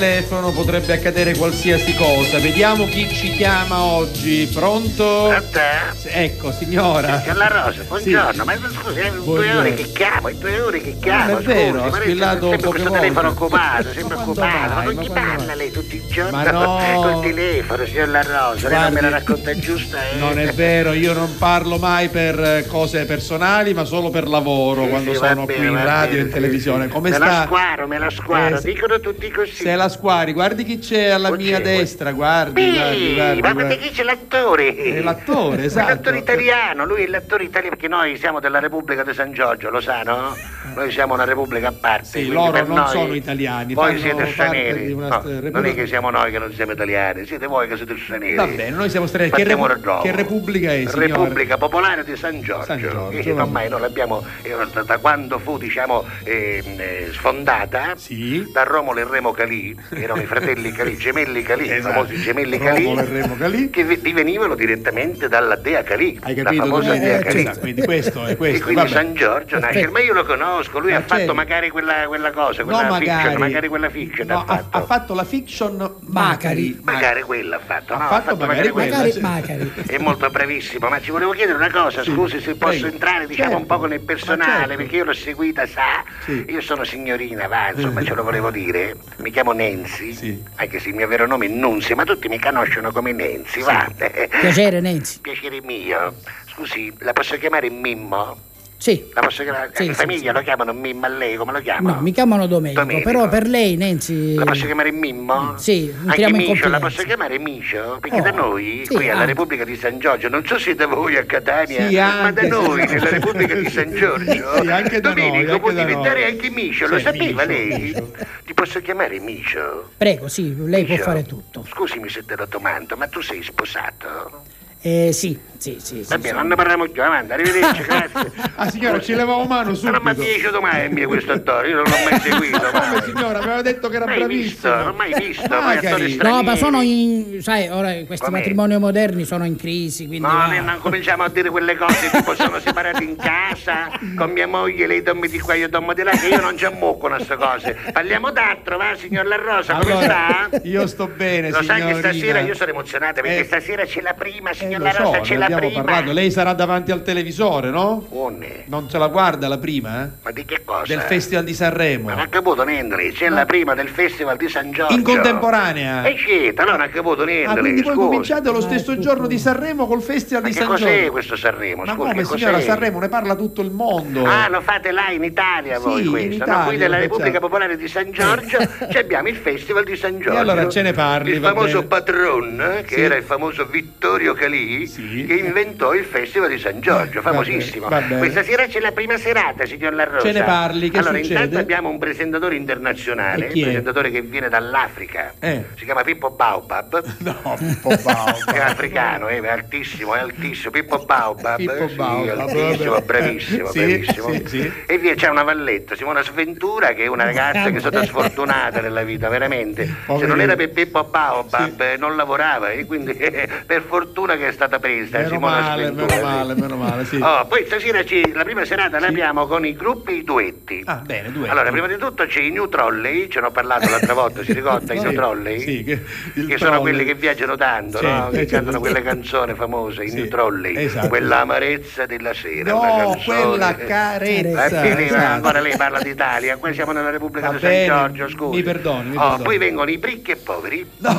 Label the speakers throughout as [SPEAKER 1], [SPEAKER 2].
[SPEAKER 1] telefono potrebbe accadere qualsiasi cosa. Vediamo chi ci chiama oggi. Pronto?
[SPEAKER 2] A te?
[SPEAKER 1] Ecco, signora.
[SPEAKER 2] Signor La Rosa, buongiorno, ma scusi, in due
[SPEAKER 1] Buongiorno.
[SPEAKER 2] ore che chiamo, in due ore che chiamo,
[SPEAKER 1] No, è vero,
[SPEAKER 2] scusi,
[SPEAKER 1] ha
[SPEAKER 2] ma lei
[SPEAKER 1] squillato
[SPEAKER 2] sempre
[SPEAKER 1] poche
[SPEAKER 2] questo telefono
[SPEAKER 1] volte.
[SPEAKER 2] occupato, sempre
[SPEAKER 1] Ma quando
[SPEAKER 2] occupato, ma
[SPEAKER 1] mai,
[SPEAKER 2] non
[SPEAKER 1] ma
[SPEAKER 2] gli
[SPEAKER 1] quando
[SPEAKER 2] parla
[SPEAKER 1] mai?
[SPEAKER 2] lei tutti i giorni
[SPEAKER 1] Ma no.
[SPEAKER 2] col telefono, signor La Rosa, lei non me la
[SPEAKER 1] Guardi,
[SPEAKER 2] racconta giusta, eh?
[SPEAKER 1] Non è vero, io non parlo mai per eh, cose personali, ma solo per lavoro,
[SPEAKER 2] Sì,
[SPEAKER 1] quando
[SPEAKER 2] sì, va
[SPEAKER 1] sono
[SPEAKER 2] bene,
[SPEAKER 1] qui in
[SPEAKER 2] va
[SPEAKER 1] radio e
[SPEAKER 2] bene,
[SPEAKER 1] in
[SPEAKER 2] sì,
[SPEAKER 1] televisione.
[SPEAKER 2] sì.
[SPEAKER 1] Come
[SPEAKER 2] me
[SPEAKER 1] sta?
[SPEAKER 2] la squaro, me la squaro,
[SPEAKER 1] Eh, se-
[SPEAKER 2] dicono tutti così.
[SPEAKER 1] Se la squari, guardi chi c'è alla
[SPEAKER 2] Così,
[SPEAKER 1] mia
[SPEAKER 2] guarda.
[SPEAKER 1] destra, guardi,
[SPEAKER 2] Sì,
[SPEAKER 1] guardi, guardi.
[SPEAKER 2] ma
[SPEAKER 1] guardi.
[SPEAKER 2] perché chi c'è l'attore?
[SPEAKER 1] È l'attore, esatto.
[SPEAKER 2] L'attore italiano, lui è l'attore italiano perché noi siamo della Repubblica di San Giorgio, lo sa, no? Noi siamo una Repubblica a parte.
[SPEAKER 1] Sì,
[SPEAKER 2] quindi
[SPEAKER 1] loro
[SPEAKER 2] per
[SPEAKER 1] non
[SPEAKER 2] noi-
[SPEAKER 1] sono italiani,
[SPEAKER 2] Voi
[SPEAKER 1] fanno
[SPEAKER 2] siete
[SPEAKER 1] parte di
[SPEAKER 2] stranieri.
[SPEAKER 1] una
[SPEAKER 2] No,
[SPEAKER 1] st-
[SPEAKER 2] non
[SPEAKER 1] repubblica.
[SPEAKER 2] è che siamo noi che non siamo italiani, siete voi che siete stranieri.
[SPEAKER 1] Va bene, noi siamo stranieri. Che,
[SPEAKER 2] Partiamo
[SPEAKER 1] repu-
[SPEAKER 2] da dopo.
[SPEAKER 1] che repubblica è, signora?
[SPEAKER 2] Repubblica Popolare di San Giorgio.
[SPEAKER 1] San Giorgio,
[SPEAKER 2] Eh,
[SPEAKER 1] va
[SPEAKER 2] ormai noi l'abbiamo, eh, da- da quando fu diciamo, ehm, eh, sfondata
[SPEAKER 1] Sì.
[SPEAKER 2] da Romolo e Remo Calì, erano i fratelli Calì, gemelli Calì, i
[SPEAKER 1] Esatto.
[SPEAKER 2] famosi gemelli
[SPEAKER 1] Romolo e Remo Calì.
[SPEAKER 2] che vi- divenivano direttamente dalla dea Calì,
[SPEAKER 1] Hai
[SPEAKER 2] la
[SPEAKER 1] capito?
[SPEAKER 2] famosa
[SPEAKER 1] Eh,
[SPEAKER 2] dea
[SPEAKER 1] eh,
[SPEAKER 2] Calì.
[SPEAKER 1] esatto, quindi questo è questo,
[SPEAKER 2] E quindi
[SPEAKER 1] vabbè.
[SPEAKER 2] San Giorgio nasce,
[SPEAKER 1] Aspetta.
[SPEAKER 2] ma io lo conosco, lui
[SPEAKER 1] Ma
[SPEAKER 2] ha fatto
[SPEAKER 1] c'è-
[SPEAKER 2] magari quella, quella cosa,
[SPEAKER 1] No,
[SPEAKER 2] quella
[SPEAKER 1] magari.
[SPEAKER 2] fiction, magari quella fiction
[SPEAKER 1] No,
[SPEAKER 2] ha
[SPEAKER 1] ha,
[SPEAKER 2] fatto.
[SPEAKER 1] ha fatto la fiction Macari.
[SPEAKER 2] Magari quella ha fatto,
[SPEAKER 1] Ha
[SPEAKER 2] no,
[SPEAKER 1] fatto magari quella,
[SPEAKER 3] Magari
[SPEAKER 1] sì.
[SPEAKER 3] Macari.
[SPEAKER 2] È molto bravissimo, ma ci volevo chiedere una cosa,
[SPEAKER 1] Sì,
[SPEAKER 2] scusi se posso
[SPEAKER 1] prego.
[SPEAKER 2] entrare diciamo un
[SPEAKER 1] Certo,
[SPEAKER 2] poco nel
[SPEAKER 1] ma
[SPEAKER 2] personale,
[SPEAKER 1] certo.
[SPEAKER 2] perché io l'ho seguita, sa,
[SPEAKER 1] Sì.
[SPEAKER 2] io sono signorina, va,
[SPEAKER 3] Eh.
[SPEAKER 2] insomma ce lo volevo dire, mi chiamo Nancy,
[SPEAKER 1] Sì.
[SPEAKER 2] anche se il mio vero nome è Nunzia, ma tutti mi conoscono come Nancy, va.
[SPEAKER 3] Piacere, Nancy.
[SPEAKER 2] Piacere mio, scusi, la posso chiamare Mimmo?
[SPEAKER 3] Sì.
[SPEAKER 2] La posso chiamare,
[SPEAKER 3] Sì,
[SPEAKER 2] in
[SPEAKER 3] sì,
[SPEAKER 2] famiglia
[SPEAKER 3] sì.
[SPEAKER 2] lo chiamano Mimmo a lei, come lo chiamano?
[SPEAKER 3] No, mi chiamano Domenico,
[SPEAKER 2] Domenico.
[SPEAKER 3] però per lei, Nancy.
[SPEAKER 2] La posso chiamare
[SPEAKER 1] Mm,
[SPEAKER 2] Mimmo?
[SPEAKER 3] Sì,
[SPEAKER 2] Anche
[SPEAKER 3] entriamo in
[SPEAKER 2] Micio, la
[SPEAKER 3] confidenza.
[SPEAKER 2] posso chiamare Micio? Perché
[SPEAKER 3] Oh,
[SPEAKER 2] da noi,
[SPEAKER 3] sì,
[SPEAKER 2] qui alla
[SPEAKER 3] ah.
[SPEAKER 2] Repubblica di San Giorgio, non so se da voi a Catania,
[SPEAKER 1] Sì,
[SPEAKER 2] ma da
[SPEAKER 1] anche.
[SPEAKER 2] noi, nella Repubblica di San Giorgio,
[SPEAKER 1] Sì, anche da noi,
[SPEAKER 2] Domenico
[SPEAKER 1] anche
[SPEAKER 2] può
[SPEAKER 1] da
[SPEAKER 2] diventare
[SPEAKER 1] noi.
[SPEAKER 2] anche Micio,
[SPEAKER 1] Sì,
[SPEAKER 2] lo
[SPEAKER 1] Micio,
[SPEAKER 2] sapeva lei?
[SPEAKER 1] Micio.
[SPEAKER 2] Ti posso chiamare Micio?
[SPEAKER 3] Prego, sì, lei può
[SPEAKER 2] Micio,
[SPEAKER 3] fare tutto.
[SPEAKER 2] Scusami se te lo domando, ma tu sei sposato?
[SPEAKER 3] Eh, sì, sì, sì.
[SPEAKER 2] Va
[SPEAKER 3] sì,
[SPEAKER 2] bene,
[SPEAKER 3] sì.
[SPEAKER 2] non ne parliamo più, avanti, arrivederci, grazie.
[SPEAKER 1] Ah, signora, ci levavo mano
[SPEAKER 2] Non mi ha
[SPEAKER 1] subito.
[SPEAKER 2] piaciuto mai mio questo attore, io non l'ho mai seguito. ma-
[SPEAKER 1] Come signora, aveva detto che era
[SPEAKER 2] Mai visto,
[SPEAKER 1] bravissimo.
[SPEAKER 2] non mai visto, poi
[SPEAKER 1] Macari.
[SPEAKER 2] attori strani.
[SPEAKER 3] No, ma sono in. sai, ora questi
[SPEAKER 2] Com'è?
[SPEAKER 3] matrimoni moderni sono in crisi, quindi.
[SPEAKER 2] No,
[SPEAKER 3] va.
[SPEAKER 2] noi non cominciamo a dire quelle cose tipo sono separato in casa con mia moglie, lei dorme di qua, io dormo di là, che io non ci ammocco a queste cose. Parliamo d'altro, va signor La Rosa, come
[SPEAKER 1] Allora,
[SPEAKER 2] sta?
[SPEAKER 1] io sto bene,
[SPEAKER 2] Lo sa che
[SPEAKER 1] signorina.
[SPEAKER 2] stasera io sono emozionata perché
[SPEAKER 1] Eh,
[SPEAKER 2] stasera c'è la prima,
[SPEAKER 1] Eh, lo
[SPEAKER 2] signor La
[SPEAKER 1] so,
[SPEAKER 2] Rosa,
[SPEAKER 1] ne
[SPEAKER 2] c'è la
[SPEAKER 1] abbiamo
[SPEAKER 2] prima.
[SPEAKER 1] parlato. Lei sarà davanti al televisore, no?
[SPEAKER 2] Buone.
[SPEAKER 1] Non ce la guarda la prima? eh?
[SPEAKER 2] Ma di che cosa?
[SPEAKER 1] Del Festival di Sanremo.
[SPEAKER 2] Non ha caputo niente, c'è la prima del Festival di San Giorgio. Eh
[SPEAKER 1] In contemporanea.
[SPEAKER 2] E shit, allora non ha caputo niente.
[SPEAKER 1] Ah, quindi voi
[SPEAKER 2] scusi.
[SPEAKER 1] cominciate lo
[SPEAKER 3] Ah,
[SPEAKER 1] stesso
[SPEAKER 3] tutto.
[SPEAKER 1] giorno di Sanremo col Festival
[SPEAKER 2] Ma
[SPEAKER 1] di
[SPEAKER 2] che
[SPEAKER 1] San
[SPEAKER 2] cos'è
[SPEAKER 1] Giorgio.
[SPEAKER 2] questo Sanremo?
[SPEAKER 1] Ma
[SPEAKER 2] Scusi,
[SPEAKER 1] come
[SPEAKER 2] che
[SPEAKER 1] signora
[SPEAKER 2] cos'è?
[SPEAKER 1] Sanremo ne parla tutto il mondo.
[SPEAKER 2] Ah, lo fate là in Italia voi
[SPEAKER 1] Sì, in
[SPEAKER 2] questo, no?
[SPEAKER 1] Italia,
[SPEAKER 2] Qui della
[SPEAKER 1] lo
[SPEAKER 2] Repubblica
[SPEAKER 1] facciamo.
[SPEAKER 2] Popolare di San Giorgio ci abbiamo il Festival di San Giorgio.
[SPEAKER 1] allora ce ne parli,
[SPEAKER 2] Il
[SPEAKER 1] va
[SPEAKER 2] famoso
[SPEAKER 1] bene.
[SPEAKER 2] patron, eh, che
[SPEAKER 1] Sì.
[SPEAKER 2] era il famoso Vittorio Calì,
[SPEAKER 1] Sì. Eh,
[SPEAKER 2] che inventò il Festival di San Giorgio,
[SPEAKER 1] Va bene,
[SPEAKER 2] famosissimo.
[SPEAKER 1] va bene.
[SPEAKER 2] Questa sera c'è la prima serata, signor La Rosa.
[SPEAKER 1] Ce ne parli, che
[SPEAKER 2] Allora,
[SPEAKER 1] succede?
[SPEAKER 2] intanto abbiamo un presentatore internazionale,
[SPEAKER 1] E
[SPEAKER 2] un
[SPEAKER 1] chi è?
[SPEAKER 2] presentatore che viene dall'Africa.
[SPEAKER 1] Eh.
[SPEAKER 2] Si chiama Pippo Baobab.
[SPEAKER 1] No, Pippo Bauba.
[SPEAKER 2] Che è africano, eh, è altissimo, è altissimo. Pippo Baobab,
[SPEAKER 1] Pippo
[SPEAKER 2] eh, sì,
[SPEAKER 1] Baobab,
[SPEAKER 2] altissimo,
[SPEAKER 1] vabbè.
[SPEAKER 2] bravissimo,
[SPEAKER 1] Sì,
[SPEAKER 2] bravissimo.
[SPEAKER 1] sì, sì.
[SPEAKER 2] E via c'è una valletta, Simona Sventura, che è una ragazza che è stata
[SPEAKER 3] Vabbè.
[SPEAKER 2] sfortunata nella vita, veramente. Se non
[SPEAKER 1] Poverina.
[SPEAKER 2] era per Pippo Baobab eh, non lavorava e quindi eh, per fortuna che è stata presa
[SPEAKER 1] Meno
[SPEAKER 2] Simona
[SPEAKER 1] male,
[SPEAKER 2] Sventura.
[SPEAKER 1] meno
[SPEAKER 2] sì.
[SPEAKER 1] male, meno male, sì.
[SPEAKER 2] Oh, poi stasera ci- la prima serata la abbiamo con i gruppi e i duetti.
[SPEAKER 1] Ah, bene, due.
[SPEAKER 2] Allora, prima di tutto c'è i New Trolley, ce ne ho parlato l'altra volta, si ricorda i New Trolley?
[SPEAKER 1] Sì, che, il
[SPEAKER 2] che sono
[SPEAKER 1] trolley.
[SPEAKER 2] quelli che viaggiano tanto,
[SPEAKER 1] Sì,
[SPEAKER 2] no? che
[SPEAKER 1] eh,
[SPEAKER 2] cantano
[SPEAKER 1] sì.
[SPEAKER 2] quelle canzoni famose, i
[SPEAKER 1] Sì,
[SPEAKER 2] New Trolley,
[SPEAKER 1] esatto.
[SPEAKER 2] quella amarezza della sera. una
[SPEAKER 1] No,
[SPEAKER 2] canzone.
[SPEAKER 1] quella
[SPEAKER 2] Eh,
[SPEAKER 1] carezza.
[SPEAKER 2] bene, ma
[SPEAKER 1] esatto.
[SPEAKER 2] ancora lei parla d'Italia, qua siamo nella Repubblica
[SPEAKER 1] Va
[SPEAKER 2] di San
[SPEAKER 1] bene,
[SPEAKER 2] Giorgio, scusi.
[SPEAKER 1] mi perdoni, mi
[SPEAKER 2] Oh,
[SPEAKER 1] perdoni.
[SPEAKER 2] Poi vengono i Bricchi e Poveri.
[SPEAKER 1] No,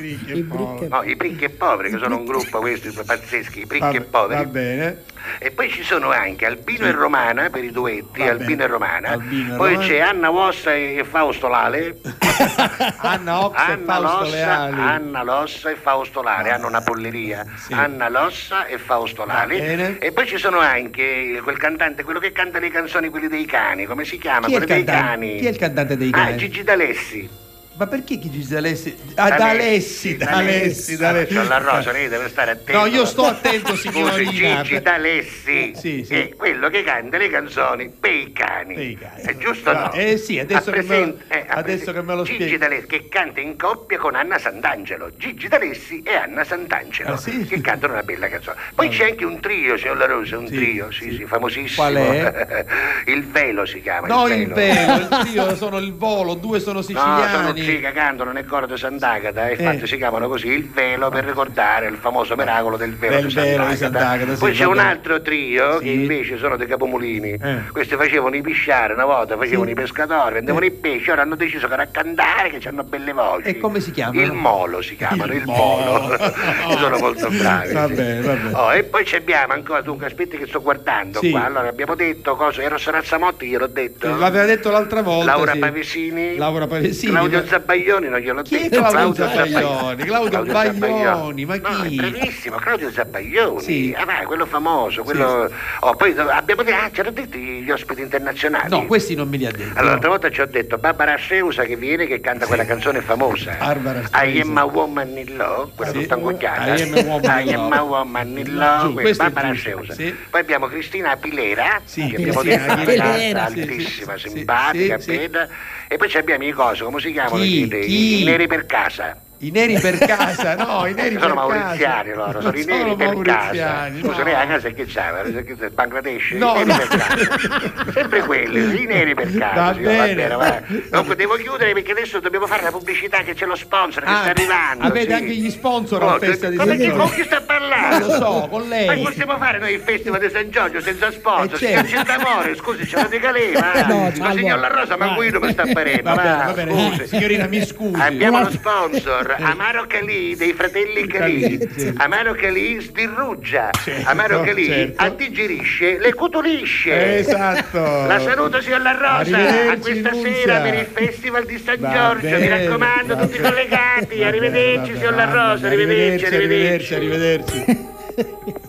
[SPEAKER 2] I Bricchi e Poveri.
[SPEAKER 3] I bricche-
[SPEAKER 2] No, i Bricchi e Poveri, che sono un gruppo questi pazzeschi, i Bricchi e Poveri.
[SPEAKER 1] Va bene.
[SPEAKER 2] E poi ci sono anche Alpino e Romana per i duetti,
[SPEAKER 1] Va
[SPEAKER 2] Alpino
[SPEAKER 1] bene.
[SPEAKER 2] e Romana.
[SPEAKER 1] Alpino e
[SPEAKER 2] poi
[SPEAKER 1] Romana.
[SPEAKER 2] c'è Anna Vossa e Fausto Lale.
[SPEAKER 1] Anna Ox e
[SPEAKER 2] Anna
[SPEAKER 1] Fausto
[SPEAKER 2] Lossa,
[SPEAKER 1] Leali. Ah.
[SPEAKER 2] Anna Lossa e Fausto Lale, hanno una polleria.
[SPEAKER 1] Sì.
[SPEAKER 2] Anna Lossa e Fausto
[SPEAKER 1] Va
[SPEAKER 2] Lale.
[SPEAKER 1] bene.
[SPEAKER 2] E poi ci sono anche quel cantante, quello che canta le canzoni, quelli dei cani, come si chiama?
[SPEAKER 1] Chi è il
[SPEAKER 2] quelli dei
[SPEAKER 1] cantante-
[SPEAKER 2] cani.
[SPEAKER 1] chi è il cantante dei
[SPEAKER 2] Ah,
[SPEAKER 1] cani?
[SPEAKER 2] Gigi D'Alessi.
[SPEAKER 1] Ma perché chi dice Alessi? Ah, da Alessi,
[SPEAKER 2] D'Alessi,
[SPEAKER 1] da Alessi, da Alessi.
[SPEAKER 2] Ah, c'ho la rosa, lei deve stare attento.
[SPEAKER 1] No, io sto attento,
[SPEAKER 2] Scusi,
[SPEAKER 1] signorina. Eh,
[SPEAKER 2] Gigi D'Alessi
[SPEAKER 1] Sì, sì.
[SPEAKER 2] è quello che canta le canzoni per i cani.
[SPEAKER 1] Per i cani.
[SPEAKER 2] È giusto o
[SPEAKER 1] Ah,
[SPEAKER 2] no?
[SPEAKER 1] eh sì, adesso
[SPEAKER 2] Ha
[SPEAKER 1] che me lo-
[SPEAKER 2] presente- eh, ha
[SPEAKER 1] adesso
[SPEAKER 2] presente-
[SPEAKER 1] che me lo spieghi.
[SPEAKER 2] Gigi D'Alessi che canta in coppia con Anna Sant'Angelo. Gigi D'Alessi e Anna Sant'Angelo
[SPEAKER 1] Ah, sì? Ah.
[SPEAKER 2] che cantano una bella canzone. Poi c'è anche un trio, signor La Rosa, un
[SPEAKER 1] Sì,
[SPEAKER 2] trio, sì,
[SPEAKER 1] sì.
[SPEAKER 2] sì, famosissimo.
[SPEAKER 1] Qual è?
[SPEAKER 2] il velo si chiama.
[SPEAKER 1] No,
[SPEAKER 2] il
[SPEAKER 1] il velo, il trio, sono il volo, due sono
[SPEAKER 2] No, sono
[SPEAKER 1] siciliani.
[SPEAKER 2] sì che cantano nel coro di Sant'Agata
[SPEAKER 1] Eh.
[SPEAKER 2] e infatti si chiamano così il velo per ricordare il famoso miracolo del velo,
[SPEAKER 1] Del
[SPEAKER 2] di,
[SPEAKER 1] velo
[SPEAKER 2] Sant'Agata.
[SPEAKER 1] di Sant'Agata, sì,
[SPEAKER 2] Poi c'è
[SPEAKER 1] va
[SPEAKER 2] un
[SPEAKER 1] bene.
[SPEAKER 2] altro trio che
[SPEAKER 1] Sì.
[SPEAKER 2] invece sono dei capomulini.
[SPEAKER 1] Eh.
[SPEAKER 2] Questi facevano i pisciare una volta, facevano
[SPEAKER 1] Sì.
[SPEAKER 2] i pescatori, vendevano
[SPEAKER 1] Eh.
[SPEAKER 2] i pesci, ora hanno deciso che era a cantare, che hanno belle voci.
[SPEAKER 1] E come si chiamano?
[SPEAKER 2] Il molo si chiamano, il, molo. E sono molto bravi.
[SPEAKER 1] Va
[SPEAKER 2] sì.
[SPEAKER 1] bene, va bene.
[SPEAKER 2] Oh, e poi ci abbiamo ancora, dunque aspetti che sto guardando
[SPEAKER 1] Sì.
[SPEAKER 2] qua. Allora abbiamo detto cosa, Eros Razzamotti gliel'ho detto.
[SPEAKER 1] L'aveva detto l'altra volta.
[SPEAKER 2] Laura
[SPEAKER 1] sì.
[SPEAKER 2] Pavesini.
[SPEAKER 1] Laura Pavesini.
[SPEAKER 2] Claudio
[SPEAKER 1] ma-
[SPEAKER 2] Zabbaglioni non gliel'ho
[SPEAKER 1] Chi è
[SPEAKER 2] detto.
[SPEAKER 1] Claudio Zabbaglioni? Claudio Zabbaglioni, ma
[SPEAKER 2] No, è
[SPEAKER 1] chi?
[SPEAKER 2] bravissimo, Claudio Zabbaglioni.
[SPEAKER 1] Sì.
[SPEAKER 2] Ah, vai, quello famoso, quello... Oh, poi do- abbiamo detto, ah, c'erano detto gli ospiti internazionali.
[SPEAKER 1] No, questi non me li ha detti.
[SPEAKER 2] Allora,
[SPEAKER 1] no.
[SPEAKER 2] l'altra volta ci ho detto Barbara Seusa che viene che canta quella canzone famosa.
[SPEAKER 1] Barbara
[SPEAKER 2] I am
[SPEAKER 1] Streisand.
[SPEAKER 2] a woman in love, quella
[SPEAKER 1] Sì.
[SPEAKER 2] tutta angocchiata.
[SPEAKER 1] I am a woman in
[SPEAKER 2] I am
[SPEAKER 1] love.
[SPEAKER 2] a woman in love,
[SPEAKER 1] Giù,
[SPEAKER 2] quella,
[SPEAKER 1] questo è
[SPEAKER 2] Barbara
[SPEAKER 1] giusto,
[SPEAKER 2] Seusa.
[SPEAKER 1] sì.
[SPEAKER 2] Poi abbiamo Cristina Apilera,
[SPEAKER 1] Sì,
[SPEAKER 2] che abbiamo
[SPEAKER 1] Cristina
[SPEAKER 2] detto una
[SPEAKER 3] Apilera,
[SPEAKER 2] ragazza
[SPEAKER 1] sì,
[SPEAKER 2] altissima,
[SPEAKER 1] sì, sì,
[SPEAKER 2] simpatica,
[SPEAKER 1] sì, sì.
[SPEAKER 2] bella. E poi ci abbiamo i cosi, come si chiamano?
[SPEAKER 1] Chi?
[SPEAKER 2] I- i-
[SPEAKER 1] Chi?
[SPEAKER 2] I neri per casa.
[SPEAKER 1] I neri per casa, no, i neri per casa.
[SPEAKER 2] sono mauriziani loro, sono
[SPEAKER 1] Non
[SPEAKER 2] i neri per casa.
[SPEAKER 1] mauriziani,
[SPEAKER 2] Scusa,
[SPEAKER 1] no.
[SPEAKER 2] lei a casa che c'aveva? Il Bangladesh?
[SPEAKER 1] No,
[SPEAKER 2] I neri
[SPEAKER 1] no.
[SPEAKER 2] per casa. Sempre quelli, i neri per casa.
[SPEAKER 1] Va
[SPEAKER 2] signor, va
[SPEAKER 1] bene.
[SPEAKER 2] bene, va. Comunque devo chiudere perché adesso dobbiamo fare la pubblicità che c'è lo sponsor che
[SPEAKER 1] Ah,
[SPEAKER 2] sta arrivando.
[SPEAKER 1] avete
[SPEAKER 2] sì. Oh,
[SPEAKER 1] anche gli sponsor alla festa di
[SPEAKER 2] come
[SPEAKER 1] San
[SPEAKER 2] chi-
[SPEAKER 1] Giorgio.
[SPEAKER 2] Con chi sta parlando?
[SPEAKER 1] Non lo so, con lei.
[SPEAKER 2] Ma possiamo fare noi il festival di San Giorgio senza
[SPEAKER 1] Eh,
[SPEAKER 2] sponsor?
[SPEAKER 1] certo.
[SPEAKER 2] Signor d'amore, scusi, ce lo dica lei, ma,
[SPEAKER 3] No,
[SPEAKER 2] ma
[SPEAKER 3] ciao,
[SPEAKER 2] signor La Rosa, ma
[SPEAKER 3] vai.
[SPEAKER 2] guido mi sta parendo.
[SPEAKER 1] Va bene, va bene.
[SPEAKER 2] scusi.
[SPEAKER 1] Eh, signorina, mi scusi.
[SPEAKER 2] Abbiamo lo
[SPEAKER 3] Buona-
[SPEAKER 2] sponsor Amaro Calì dei fratelli Calì.
[SPEAKER 1] Sì.
[SPEAKER 2] Amaro Calì sdirruggia.
[SPEAKER 1] Certo,
[SPEAKER 2] Amaro Calì
[SPEAKER 1] certo.
[SPEAKER 2] addigerisce le cutulisce.
[SPEAKER 1] Esatto.
[SPEAKER 2] La saluto signor La Rosa a
[SPEAKER 1] Arrivederci,
[SPEAKER 2] questa
[SPEAKER 1] Nunzia.
[SPEAKER 2] sera per il Festival di San
[SPEAKER 1] Va
[SPEAKER 2] Giorgio. Mi
[SPEAKER 1] bene,
[SPEAKER 2] raccomando,
[SPEAKER 1] va
[SPEAKER 2] tutti
[SPEAKER 1] bene.
[SPEAKER 2] collegati.
[SPEAKER 1] Va bene, va
[SPEAKER 2] Arrivederci,
[SPEAKER 1] bene,
[SPEAKER 2] signor La
[SPEAKER 1] va bene,
[SPEAKER 2] Rosa. Arrivederci,
[SPEAKER 1] arrivederci, arrivederci. arrivederci.